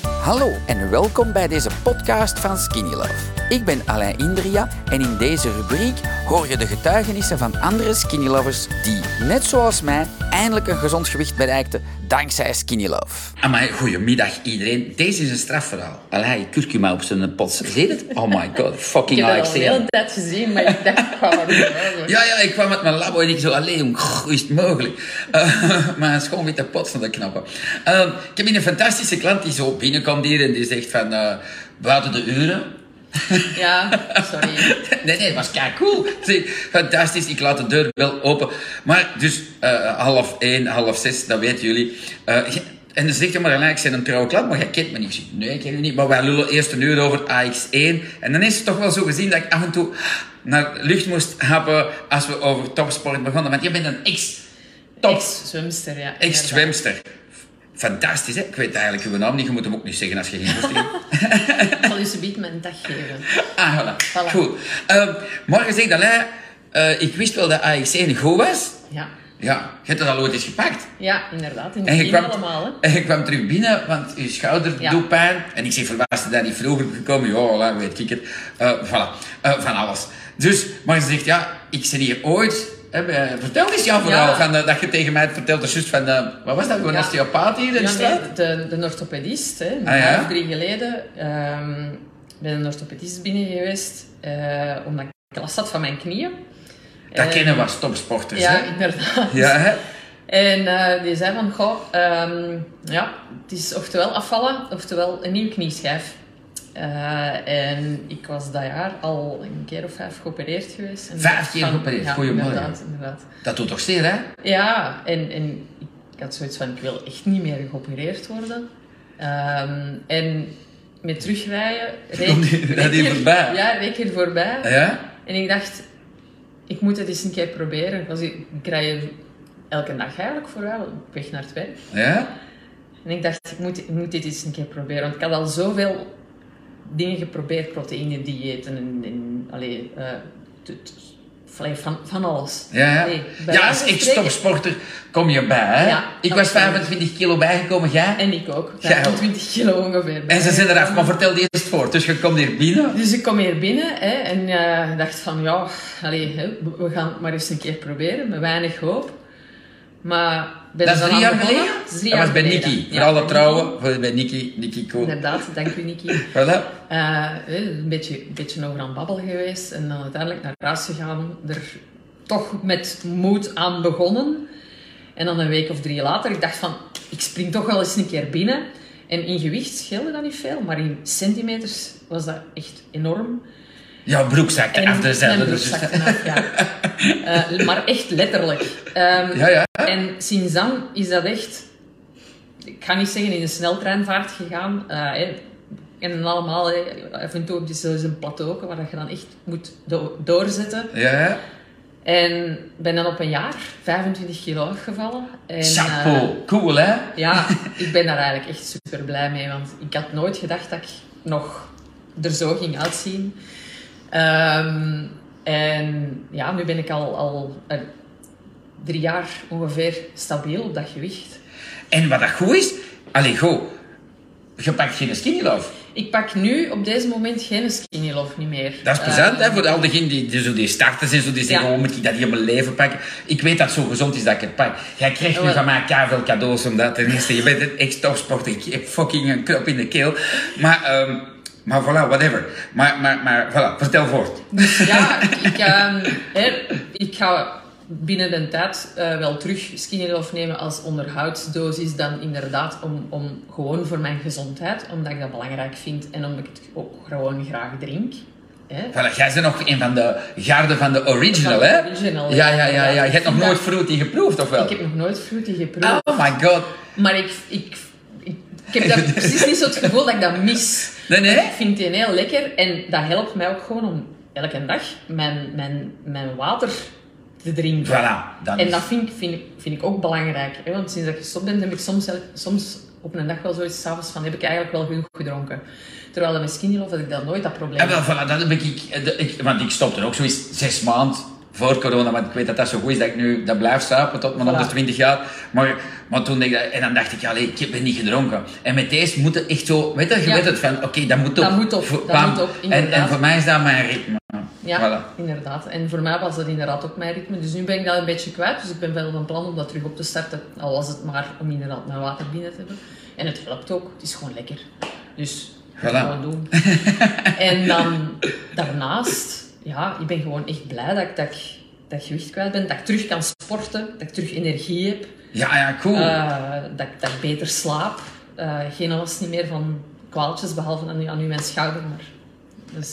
Hallo en welkom bij deze podcast van Skinny Love. Ik ben Alain Indria en in deze rubriek hoor je de getuigenissen van andere Skinny Lovers die, net zoals mij, eindelijk een gezond gewicht bereikten dankzij Skinny Love. Amai, goedemiddag iedereen. Deze is een strafverhaal. Alain, kurkuma op zijn pot. Zie je het? Oh my god, Ik fucking heb dat al Alex. een hele tijd gezien, maar ik dacht, ik ga maar doen. Ja, ja, ik kwam met mijn labo en ik zo, alleen jong, goh, is het mogelijk? Eh, maar een schoon witte pot van de knappen. Eh, ik heb hier een fantastische klant die zo binnenkomt hier en die zegt van, eh, buiten de uren. Ja, sorry. nee, nee, het was kijk cool. Fantastisch, ik laat de deur wel open. Maar dus eh, half één, half zes, dat weten jullie. Eh, en dan zegt hij maar gelijk, ik ben een trouwe klant, maar jij kent me niet. Ik zeg, nee, ik ken je niet. Maar wij lullen eerst een uur over AX1. En dan is het toch wel zo gezien dat ik af en toe naar lucht moest happen als we over topsport begonnen. Want je bent een ex-top Ex-zwemster, ja. ex-zwemster. Fantastisch, hè? Ik weet eigenlijk uw naam niet. Je moet hem ook niet zeggen als je geen woest Ik zal u subiet mijn dag geven. Ah, voilà. Voilà. Goed. Ehm, morgen zegt Alain, eh, ik wist wel dat AX1 goed was. Ja, Ja, je hebt dat al ooit eens gepakt. ja inderdaad. In En het je, begin kwam, allemaal, hè. en je kwam terug binnen, want je schouder Ja. doet pijn. En ik zeg, verbaasd je daar niet vroeger gekomen? Ja, voilà, weet ik het. Eh, voilà, Eh, van alles. Dus, maar ze zegt, ja, ik ben hier ooit... hè, bij- vertel eens jouw verhaal, Ja. van, eh, dat je tegen mij vertelde, juist van... eh, wat was dat, een Ja. osteopaat hier in de Ja, straat? nee, de, de orthopedist, hè, een Ah, ja? jaar of drie geleden, ehm ben een orthopedist binnen geweest, eh, omdat ik last had van mijn knieën. Dat Eh, kennen we als topsporters, Ja, hè? inderdaad. Ja, hè? En eh, die zei van, goh, ehm, ja, het is oftewel afvallen, oftewel een nieuwe knieschijf. Eh, en ik was dat jaar al een keer of vijf geopereerd geweest. En Vijf ik dacht keer van, geopereerd, ja, goeiemorgen. Inderdaad, inderdaad. Dat doet toch zeer, hè? Ja, en, en ik had zoiets van, ik wil echt niet meer geopereerd worden. Ehm, en met terugrijden... reed- Komt die- rijdt reed die voorbij? Ja, reed hier voorbij. Ja? En ik dacht, ik moet het eens een keer proberen. Want ik, ik rij elke dag eigenlijk vooruit, op weg naar het werk. Ja? En ik dacht, ik moet, ik moet dit eens een keer proberen. Want ik had al zoveel dingen geprobeerd. Proteïne, diëten en... en allee, eh, t- t- allee, van, van alles. Ja, ja. Allee, bij ja, wijze als van spreken- ex-topsporter kom je bij, hè? Ja, ik was absoluut. 25 kilo bijgekomen, jij? En, En ik ook. Jij ook. 25 kilo ongeveer. ze zijn eraf, maar vertel die eerst voor. Dus je komt hier binnen. Dus ik kom hier binnen hè, en eh, dacht van ja, allee, hè, we- we gaan het maar eens een keer proberen, met weinig hoop. Maar ben Dat is er dan drie aan jaar dus begonnen. geleden? Dat is drie dat jaar was bij geleden. Nicky. Ja, Voor alle bij trouwen, voor bij Nicky, Nicky Nicky. Kool. Inderdaad, dank u Nicky. Voilà. Eh, hè, een, beetje, een beetje over aan babbel geweest en dan uiteindelijk naar huis gegaan. Er toch met moed aan begonnen. En dan een week of drie later, ik dacht van, ik spring toch wel eens een keer binnen. En in gewicht scheelde dat niet veel, maar in centimeters was dat echt enorm. Jouw broek zakte af de zijde. mijn Dus, broek zakte af, ja. Eh, maar echt letterlijk. Ehm, ja, ja. En sinds dan is dat echt, ik ga niet zeggen in een sneltreinvaart gegaan. eh, hè. en dan allemaal, hè, af en toe op die- zo is een plateau waar dat je dan echt moet do- doorzetten. Ja, ja. En ben dan op een jaar 25 kilo afgevallen. En, eh, Chapeau. Cool, hè? ja, ik ben daar eigenlijk echt super blij mee, want ik had nooit gedacht dat ik nog er zo ging uitzien. Ehm, en ja, nu ben ik al, al eh, drie jaar ongeveer stabiel op dat gewicht. En wat dat goed is... Allee, go. Je pakt geen skinny love. Ik pak nu op deze moment geen skinny love niet meer. Dat is plezant, Eh, hè, voor al diegenen die, die, zo die starters en zo, die zeggen, Ja. oh, moet ik dat hier in mijn leven pakken? Ik weet dat het zo gezond is dat ik het pak. Jij krijgt nu Wel. van mij veel cadeaus, omdat ten eerste, je bent een ex-topsporter, ik heb fucking een knop in de keel. Maar, ehm, maar voilà, whatever. Maar, maar, maar, voilà, vertel voort. Ja, ik, ehm, hè, ik ga binnen de tijd eh, wel terug skinny love nemen als onderhoudsdosis. Dan inderdaad om, om gewoon voor mijn gezondheid, omdat ik dat belangrijk vind en omdat ik het ook gewoon graag drink. Hè. Voilà, jij bent nog een van de garden van de original, Van de hè? original, ja, ja, ja. ja, ja. Je hebt nog Ja. nooit fruity geproefd, of wel? Ik heb nog nooit fruity geproefd, Oh my god. maar ik, ik, ik, ik heb dat precies niet zo het gevoel dat ik dat mis. Nee, nee? Ik vind die heel lekker en dat helpt mij ook gewoon om elke dag mijn, mijn, mijn water te drinken. Voilà, dan En dat vind ik, vind, ik- vind ik ook belangrijk. Hè? Want sinds dat ik gestopt ben, heb ik soms, elk- soms op een dag wel zoiets s'avonds van heb ik eigenlijk wel genoeg gedronken. Terwijl met skinny love had ik dat nooit dat probleem. Ja, wel, voilà, dat heb ik, ik, de- ik- Want ik stopte ook zoiets zes maanden voor corona, want ik weet dat dat zo goed is dat ik nu dat blijf slapen tot mijn Voilà. 120 jaar. Maar, maar toen denk ik, dat- en dan dacht ik, allee, ik heb niet gedronken. En met deze moet het echt zo, weet je, je Ja. weet het van, oké, dat moet op. Dat moet op, Voor- dat bam. moet op, en, en inderdaad. voor mij is dat mijn ritme. Ja, Voilà. inderdaad. En voor mij was dat inderdaad ook mijn ritme. Dus nu ben ik dat een beetje kwijt. Dus ik ben wel van plan om dat terug op te starten. Al was het maar om inderdaad mijn water binnen te hebben. En het helpt ook. Het is gewoon lekker. Dus dat Voilà. gaan we doen. en dan daarnaast, ja, ik ben gewoon echt blij dat ik dat, ik- dat ik gewicht kwijt ben. Dat ik terug kan sporten. Dat ik terug energie heb. Ja, ja, cool. Eh, dat, ik- dat ik beter slaap. Eh, geen last niet meer van kwaaltjes, behalve aan, nu- aan nu mijn schouder. Maar, dus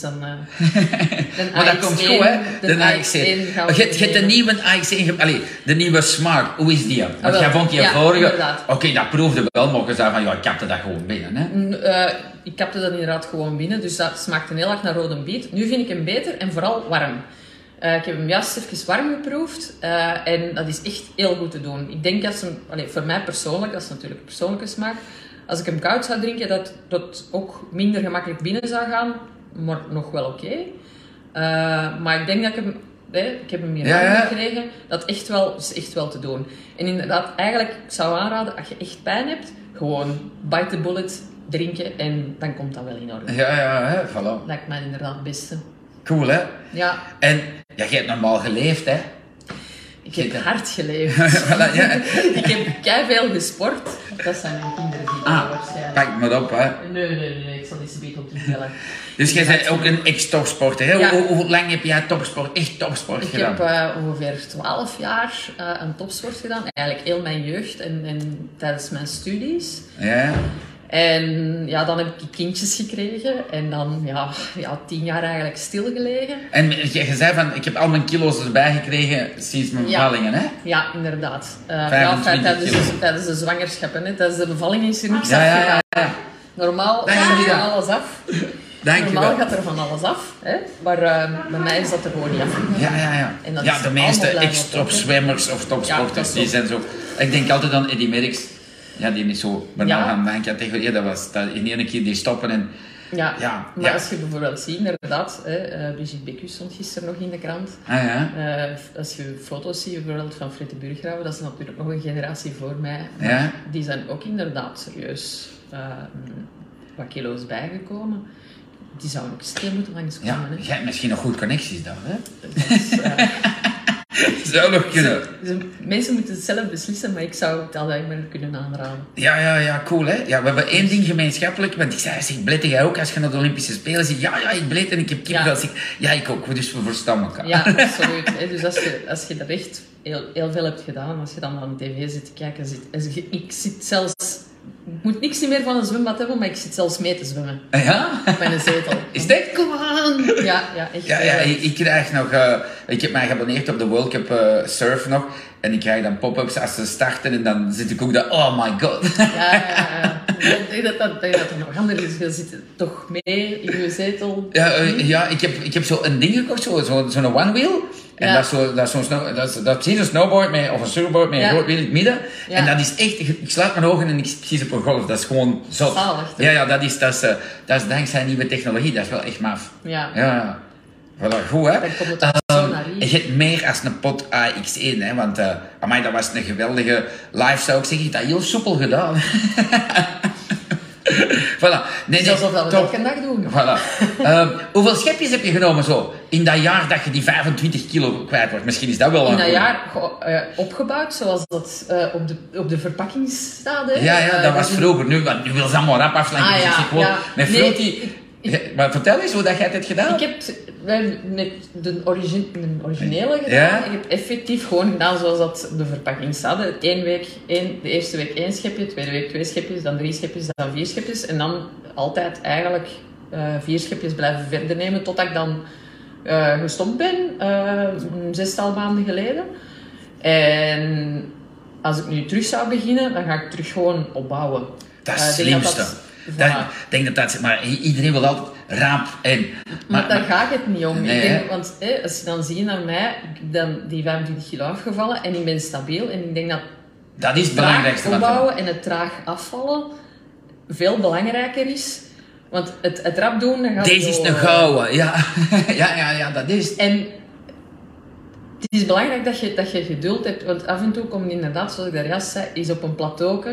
dan... eh, de maar dat AX1, komt goed, hè? De AX1. gaan Je we hebt je hebt de nemen. nieuwe AX1, ge- allee, de nieuwe Smart, hoe is die? Want Ah, wel, jij vond je ja, vorige... inderdaad. Oké, dat proefde wel, maar je zei van, ja, ik kapte dat gewoon binnen, hè? N- eh, ik heb dat inderdaad gewoon binnen, dus dat smaakte heel erg naar rode biet. Nu vind ik hem beter en vooral warm. Eh, ik heb hem juist even warm geproefd eh, en dat is echt heel goed te doen. Ik denk dat ze hem, allee, voor mij persoonlijk, dat is natuurlijk een persoonlijke smaak, als ik hem koud zou drinken, dat dat ook minder gemakkelijk binnen zou gaan, maar nog wel oké. Eh, maar ik denk dat ik hem, hè, ik heb hem hier Ja, warm ja. gekregen, dat echt wel, is echt wel te doen. En inderdaad, eigenlijk ik zou aanraden, als je echt pijn hebt, gewoon bite the bullet, drinken en dan komt dat wel in orde. Ja, ja, hè? Voilà. Lijkt mij inderdaad het beste. Cool, hè? Ja, En ja, jij hebt normaal geleefd, hè? ik Zit heb er. hard geleefd. Voilà, ja. ik heb keiveel gesport. Dat zijn mijn kinderen die dat Ah, waarschijnlijk. pak me op, hè? Nee, nee, nee, ik zal die zo op vertellen. Dus jij bent ook een ex-topsporter, hè? Ja. Hoe, hoe lang heb jij topsport, echt topsport Ik gedaan? heb eh, ongeveer 12 jaar eh een topsport gedaan. Eigenlijk heel mijn jeugd en, en tijdens mijn studies. Ja? En ja, dan heb ik kindjes gekregen en dan ja, ja, tien jaar eigenlijk stilgelegen. En je, je zei van, ik heb al mijn kilo's erbij gekregen sinds mijn Ja. bevallingen, hè? Ja, inderdaad. Eh, ja, 25 tijdens, kilo. de, dus tijdens de zwangerschap. Hè. Tijdens de bevalling is er niks Ja, ja, afgegaan. ja, ja. Normaal Dank gaat je er wel. van alles af. Dank je wel. Normaal gaat er van alles af. Hè. Maar eh, bij mij is dat er gewoon niet afgegaan. Ja, ja, ja. En dat ja, is de meeste allemaal blijven ex-topzwemmers of Ja, topsporters, dat is die zo. zijn zo... Ik denk altijd aan Eddy Merckx. Ja, die is zo bijna Ja. aan mijn categorie. Dat was dat in één keer die stoppen en... Ja, Ja, maar ja. als je bijvoorbeeld ziet, inderdaad, hè, eh, Brigitte Becus stond gisteren nog in de krant. Ah ja. Eh, als je foto's ziet, bijvoorbeeld van Fritte Burggraven, dat is natuurlijk nog een generatie voor mij. Maar Ja. Die zijn ook inderdaad serieus eh, wat kilo's bijgekomen. Die zouden ook stil moeten langskomen. Ja, Hè. jij hebt misschien nog goed connecties daar, hè? Dat is, eh, Zou nog kunnen. ze- mensen moeten het zelf beslissen, maar ik zou het alleen maar kunnen aanraden. Ja, ja, ja, cool hè. Ja, we hebben één ding gemeenschappelijk, want ik zei, zeg, blette jij ook als je naar de Olympische Spelen zit? Ja, ja, ik bleed en ik heb kippenvel. Ja. Ja. ja, ik ook, dus we verstaan elkaar. Ja, absoluut. hè. Dus als je, als je dat echt heel, heel veel hebt gedaan, als je dan aan de tv zit te kijken, zit, en je- ik zit zelfs... Ik moet niks meer van een zwembad hebben, maar ik zit zelfs mee te zwemmen. Ah, Ja? Op mijn zetel. Is dit? Kom aan! Ja, ja, echt. Ja, ja, eh, ik, ik krijg nog... eh, ik heb mij geabonneerd op de World Cup eh, Surf nog. En ik krijg dan pop-ups als ze starten en dan zit ik ook daar, oh my god. ja, ja, ja. Ik denk dat dat, denk dat er nog anders is. Je zit toch mee in je zetel. Ja, Mhm. eh, ja ik, heb, ik heb zo een ding gekocht, zo'n zo, zo'n one-wheel. En Ja. dat, is zo, dat, is zo'n snow, dat, is, dat is een snowboard met, of een surfboard met Ja. een groot wiel in het midden. Ja. En dat is echt, ik ik sluit mijn ogen en ik zit precies op een golf. Dat is gewoon zot. Zalig, toch? ja, ja dat, is, dat, is, eh, dat is dankzij nieuwe technologie. Dat is wel echt maf. Ja. Ja, ja. Voilà, goed hè. Dan komt het toch zo Ehm, naar hier. je hebt meer als een pot AX1, hè, want eh amai, dat was een geweldige live, zou ik zeggen. Je hebt dat heel soepel gedaan. voilà. Nee, Het is nee, alsof dat top. we dat elke dag doen. Voilà. Ehm, hoeveel schepjes heb je genomen zo? In dat jaar dat je die 25 kilo kwijt wordt. Misschien is dat wel een In dat goeie. jaar go- eh, opgebouwd, zoals dat eh, op, de, op de verpakking staat. hè. Ja, ja, Eh, dat was is- vroeger. Nu, want nu wil ze allemaal rap afslanken. Ah, dus ik ja, zit gewoon ja. met Nee, Froti- Maar vertel eens hoe dat jij het hebt gedaan. Ik heb wel met de, origi- de originele gedaan. Ja? Ik heb effectief gewoon gedaan zoals dat op de verpakking staat. hè. Eén week, één, de eerste week één schepje, de tweede week twee schepjes, dan drie schepjes, dan vier schepjes. En dan altijd eigenlijk eh, vier schepjes blijven verder nemen totdat ik dan eh, gestopt ben, eh, een zestal maanden geleden. En als ik nu terug zou beginnen, dan ga ik terug gewoon opbouwen. Dat is Eh, het ik denk slimste. dat Ik dat- voilà. denk dat dat... Maar i- iedereen wil altijd raap en... Maar, daar gaat het niet om. Nee, ik denk, hè? want hè, als je dan ziet naar mij, ik ben die 25 kilo afgevallen en ik ben stabiel. En ik denk dat dat is het traag belangrijkste. wat- opbouwen en het traag afvallen veel belangrijker is. Want het, het eh, rap doen, dan gaat Deze is zo, een eh, gouden. Ja. ja, ja, ja, dat is het. En is belangrijk dat je, dat je geduld hebt. Want af en toe komt het inderdaad, zoals ik daar juist zei, is op een plateau.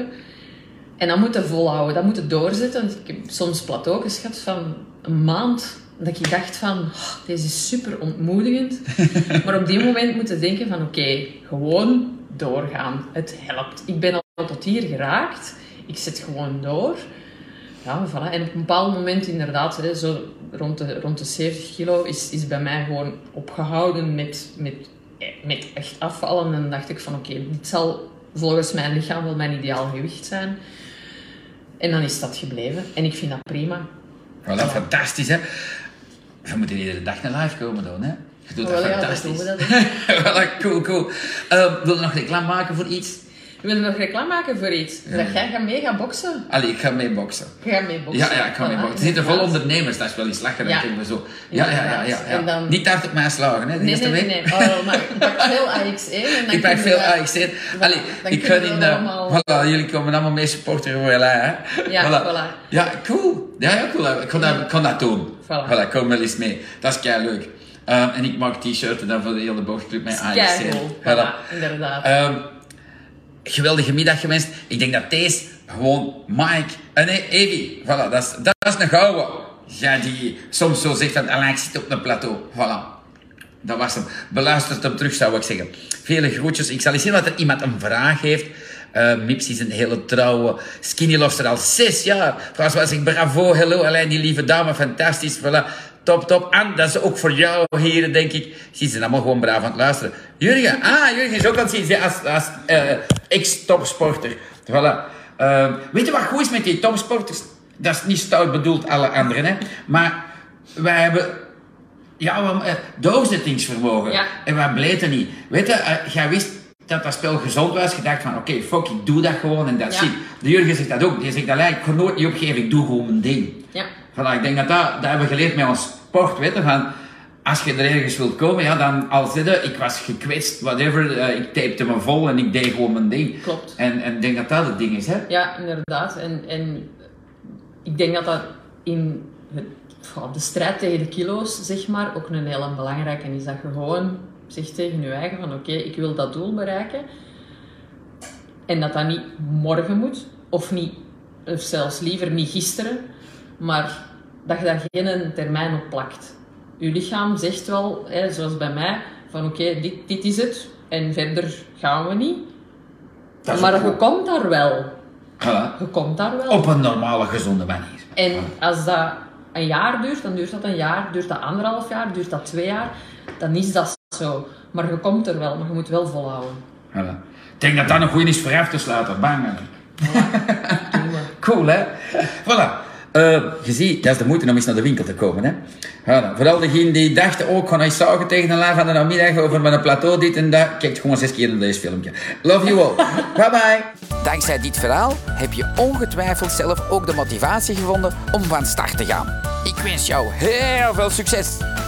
En dan moet je volhouden, dat moet je doorzetten. Want ik heb soms plateaus gehad van een maand. Dat ik dacht van, oh, deze is super ontmoedigend. maar op die moment moet je denken van, oké, gewoon doorgaan. Het helpt. Ik ben al tot hier geraakt. Ik zet gewoon door. Ja, voilà. En op een bepaald moment inderdaad, hè, zo rond de, rond de 70 kilo, is, is bij mij gewoon opgehouden met, met, met echt afvallen. En dan dacht ik van oké, dit zal volgens mijn lichaam wel mijn ideaal gewicht zijn. En dan is dat gebleven. En ik vind dat prima. Voilà, fantastisch hè. We moeten iedere dag naar live komen doen hè. Je doet dat Wel, ja, dat doen fantastisch. we dat. voilà, cool, cool. Eh, wil je nog reclame maken voor iets? Wil je nog reclame maken voor iets? Dat jij gaat mee gaan boksen? Allee, ik ga meeboksen. Je gaat mee boksen. Ja, ja, ik ga mee Voilà. boksen. Er zitten vol ondernemers, dat is wel iets lachen. Ja. Ja. Zo. Ja, ja, ja, ja, ja. En dan- Niet hard op mij slagen, hè. de Nee, eerste nee, nee. week. nee. Oh, maar ik pak veel AX1. en dan Ik ben kunnen veel we- AXC. Allee, dan ik ga kunnen we in... wel eh, allemaal- voilà, jullie komen allemaal mee supporteren voor LA, hè? Ja, voilà. Ja, cool. Ja, ja, cool. Ik kon dat, ik kon dat doen. Voilà. Voilà, kom wel eens mee. Dat is kei leuk. Eh, en ik maak t-shirts en dan voor de hele bochtclub met AXC. Keigoed. Voilà, inderdaad. Ehm, geweldige middag gewenst. Ik denk dat deze gewoon Mike en nee, Evie. Voilà, dat is, dat is een gouden. Ja, die soms zo zegt van Alain, ik zit op een plateau. Voilà. Dat was hem. Beluistert hem terug, zou ik zeggen. Vele groetjes. Ik zal eens zien wat er iemand een vraag heeft. Eh, Mips is een hele trouwe skinny lofster al zes jaar. François zegt bravo, hello Alain, die lieve dame, fantastisch. Voilà. Top, top. Anne, dat is ook voor jou, heren, denk ik. Ze zijn allemaal gewoon braaf aan het luisteren. Jurgen, ah, Jurgen is ook aan het zien ze, als, als eh, ex-topsporter. Voilà. Eh, weet je wat goed is met die topsporters? Dat is niet stout bedoeld, alle anderen, hè. Maar wij hebben ja, maar, eh, doorzettingsvermogen. Ja. En wat bleef er niet? Weet je, eh, jij wist dat dat spel gezond was. Je dacht van, oké, fuck, ik doe dat gewoon en dat Ja. zit. De Jurgen zegt dat ook. Die zegt, "Allee, ik ga nooit niet opgeven, ik doe gewoon mijn ding. Ja. Voilà, ik denk dat, dat dat hebben we geleerd met ons sport, weet je, van... Als je er ergens wilt komen, ja, dan al zitten, ik was gekwetst, whatever, eh, ik tapte me vol en ik deed gewoon mijn ding. Klopt. En en ik denk dat dat het ding is, hè? Ja, inderdaad. En, en ik denk dat dat in het, goh, de strijd tegen de kilo's, zeg maar, ook een heel belangrijke is. Dat je gewoon zegt tegen je eigen van oké, ik wil dat doel bereiken. En dat dat niet morgen moet, of, niet, of zelfs liever niet gisteren, maar dat je daar geen termijn op plakt. Je lichaam zegt wel, hè, zoals bij mij, van oké, dit, dit is het en verder gaan we niet. Dat is maar ook je goed. komt daar wel. Voilà. Je komt daar wel. Op een normale, gezonde manier. En als dat een jaar duurt, dan duurt dat een jaar, duurt dat anderhalf jaar, duurt dat twee jaar, dan is dat zo. Maar je komt er wel, maar je moet wel volhouden. Voilà. Ik denk dat dat een goede is voor af te sluiten. Bang, man. Doen we. Cool, hè? Voilà. Eh, je ziet, dat is de moeite om eens naar de winkel te komen, hè? Voilà. Vooral degene die dachten, oh, ik ga eens zagen tegen een laag van de namiddag over mijn plateau, dit en dat. Kijk gewoon zes keer naar deze filmpje. Love you all. Bye-bye. Dankzij dit verhaal heb je ongetwijfeld zelf ook de motivatie gevonden om van start te gaan. Ik wens jou heel veel succes!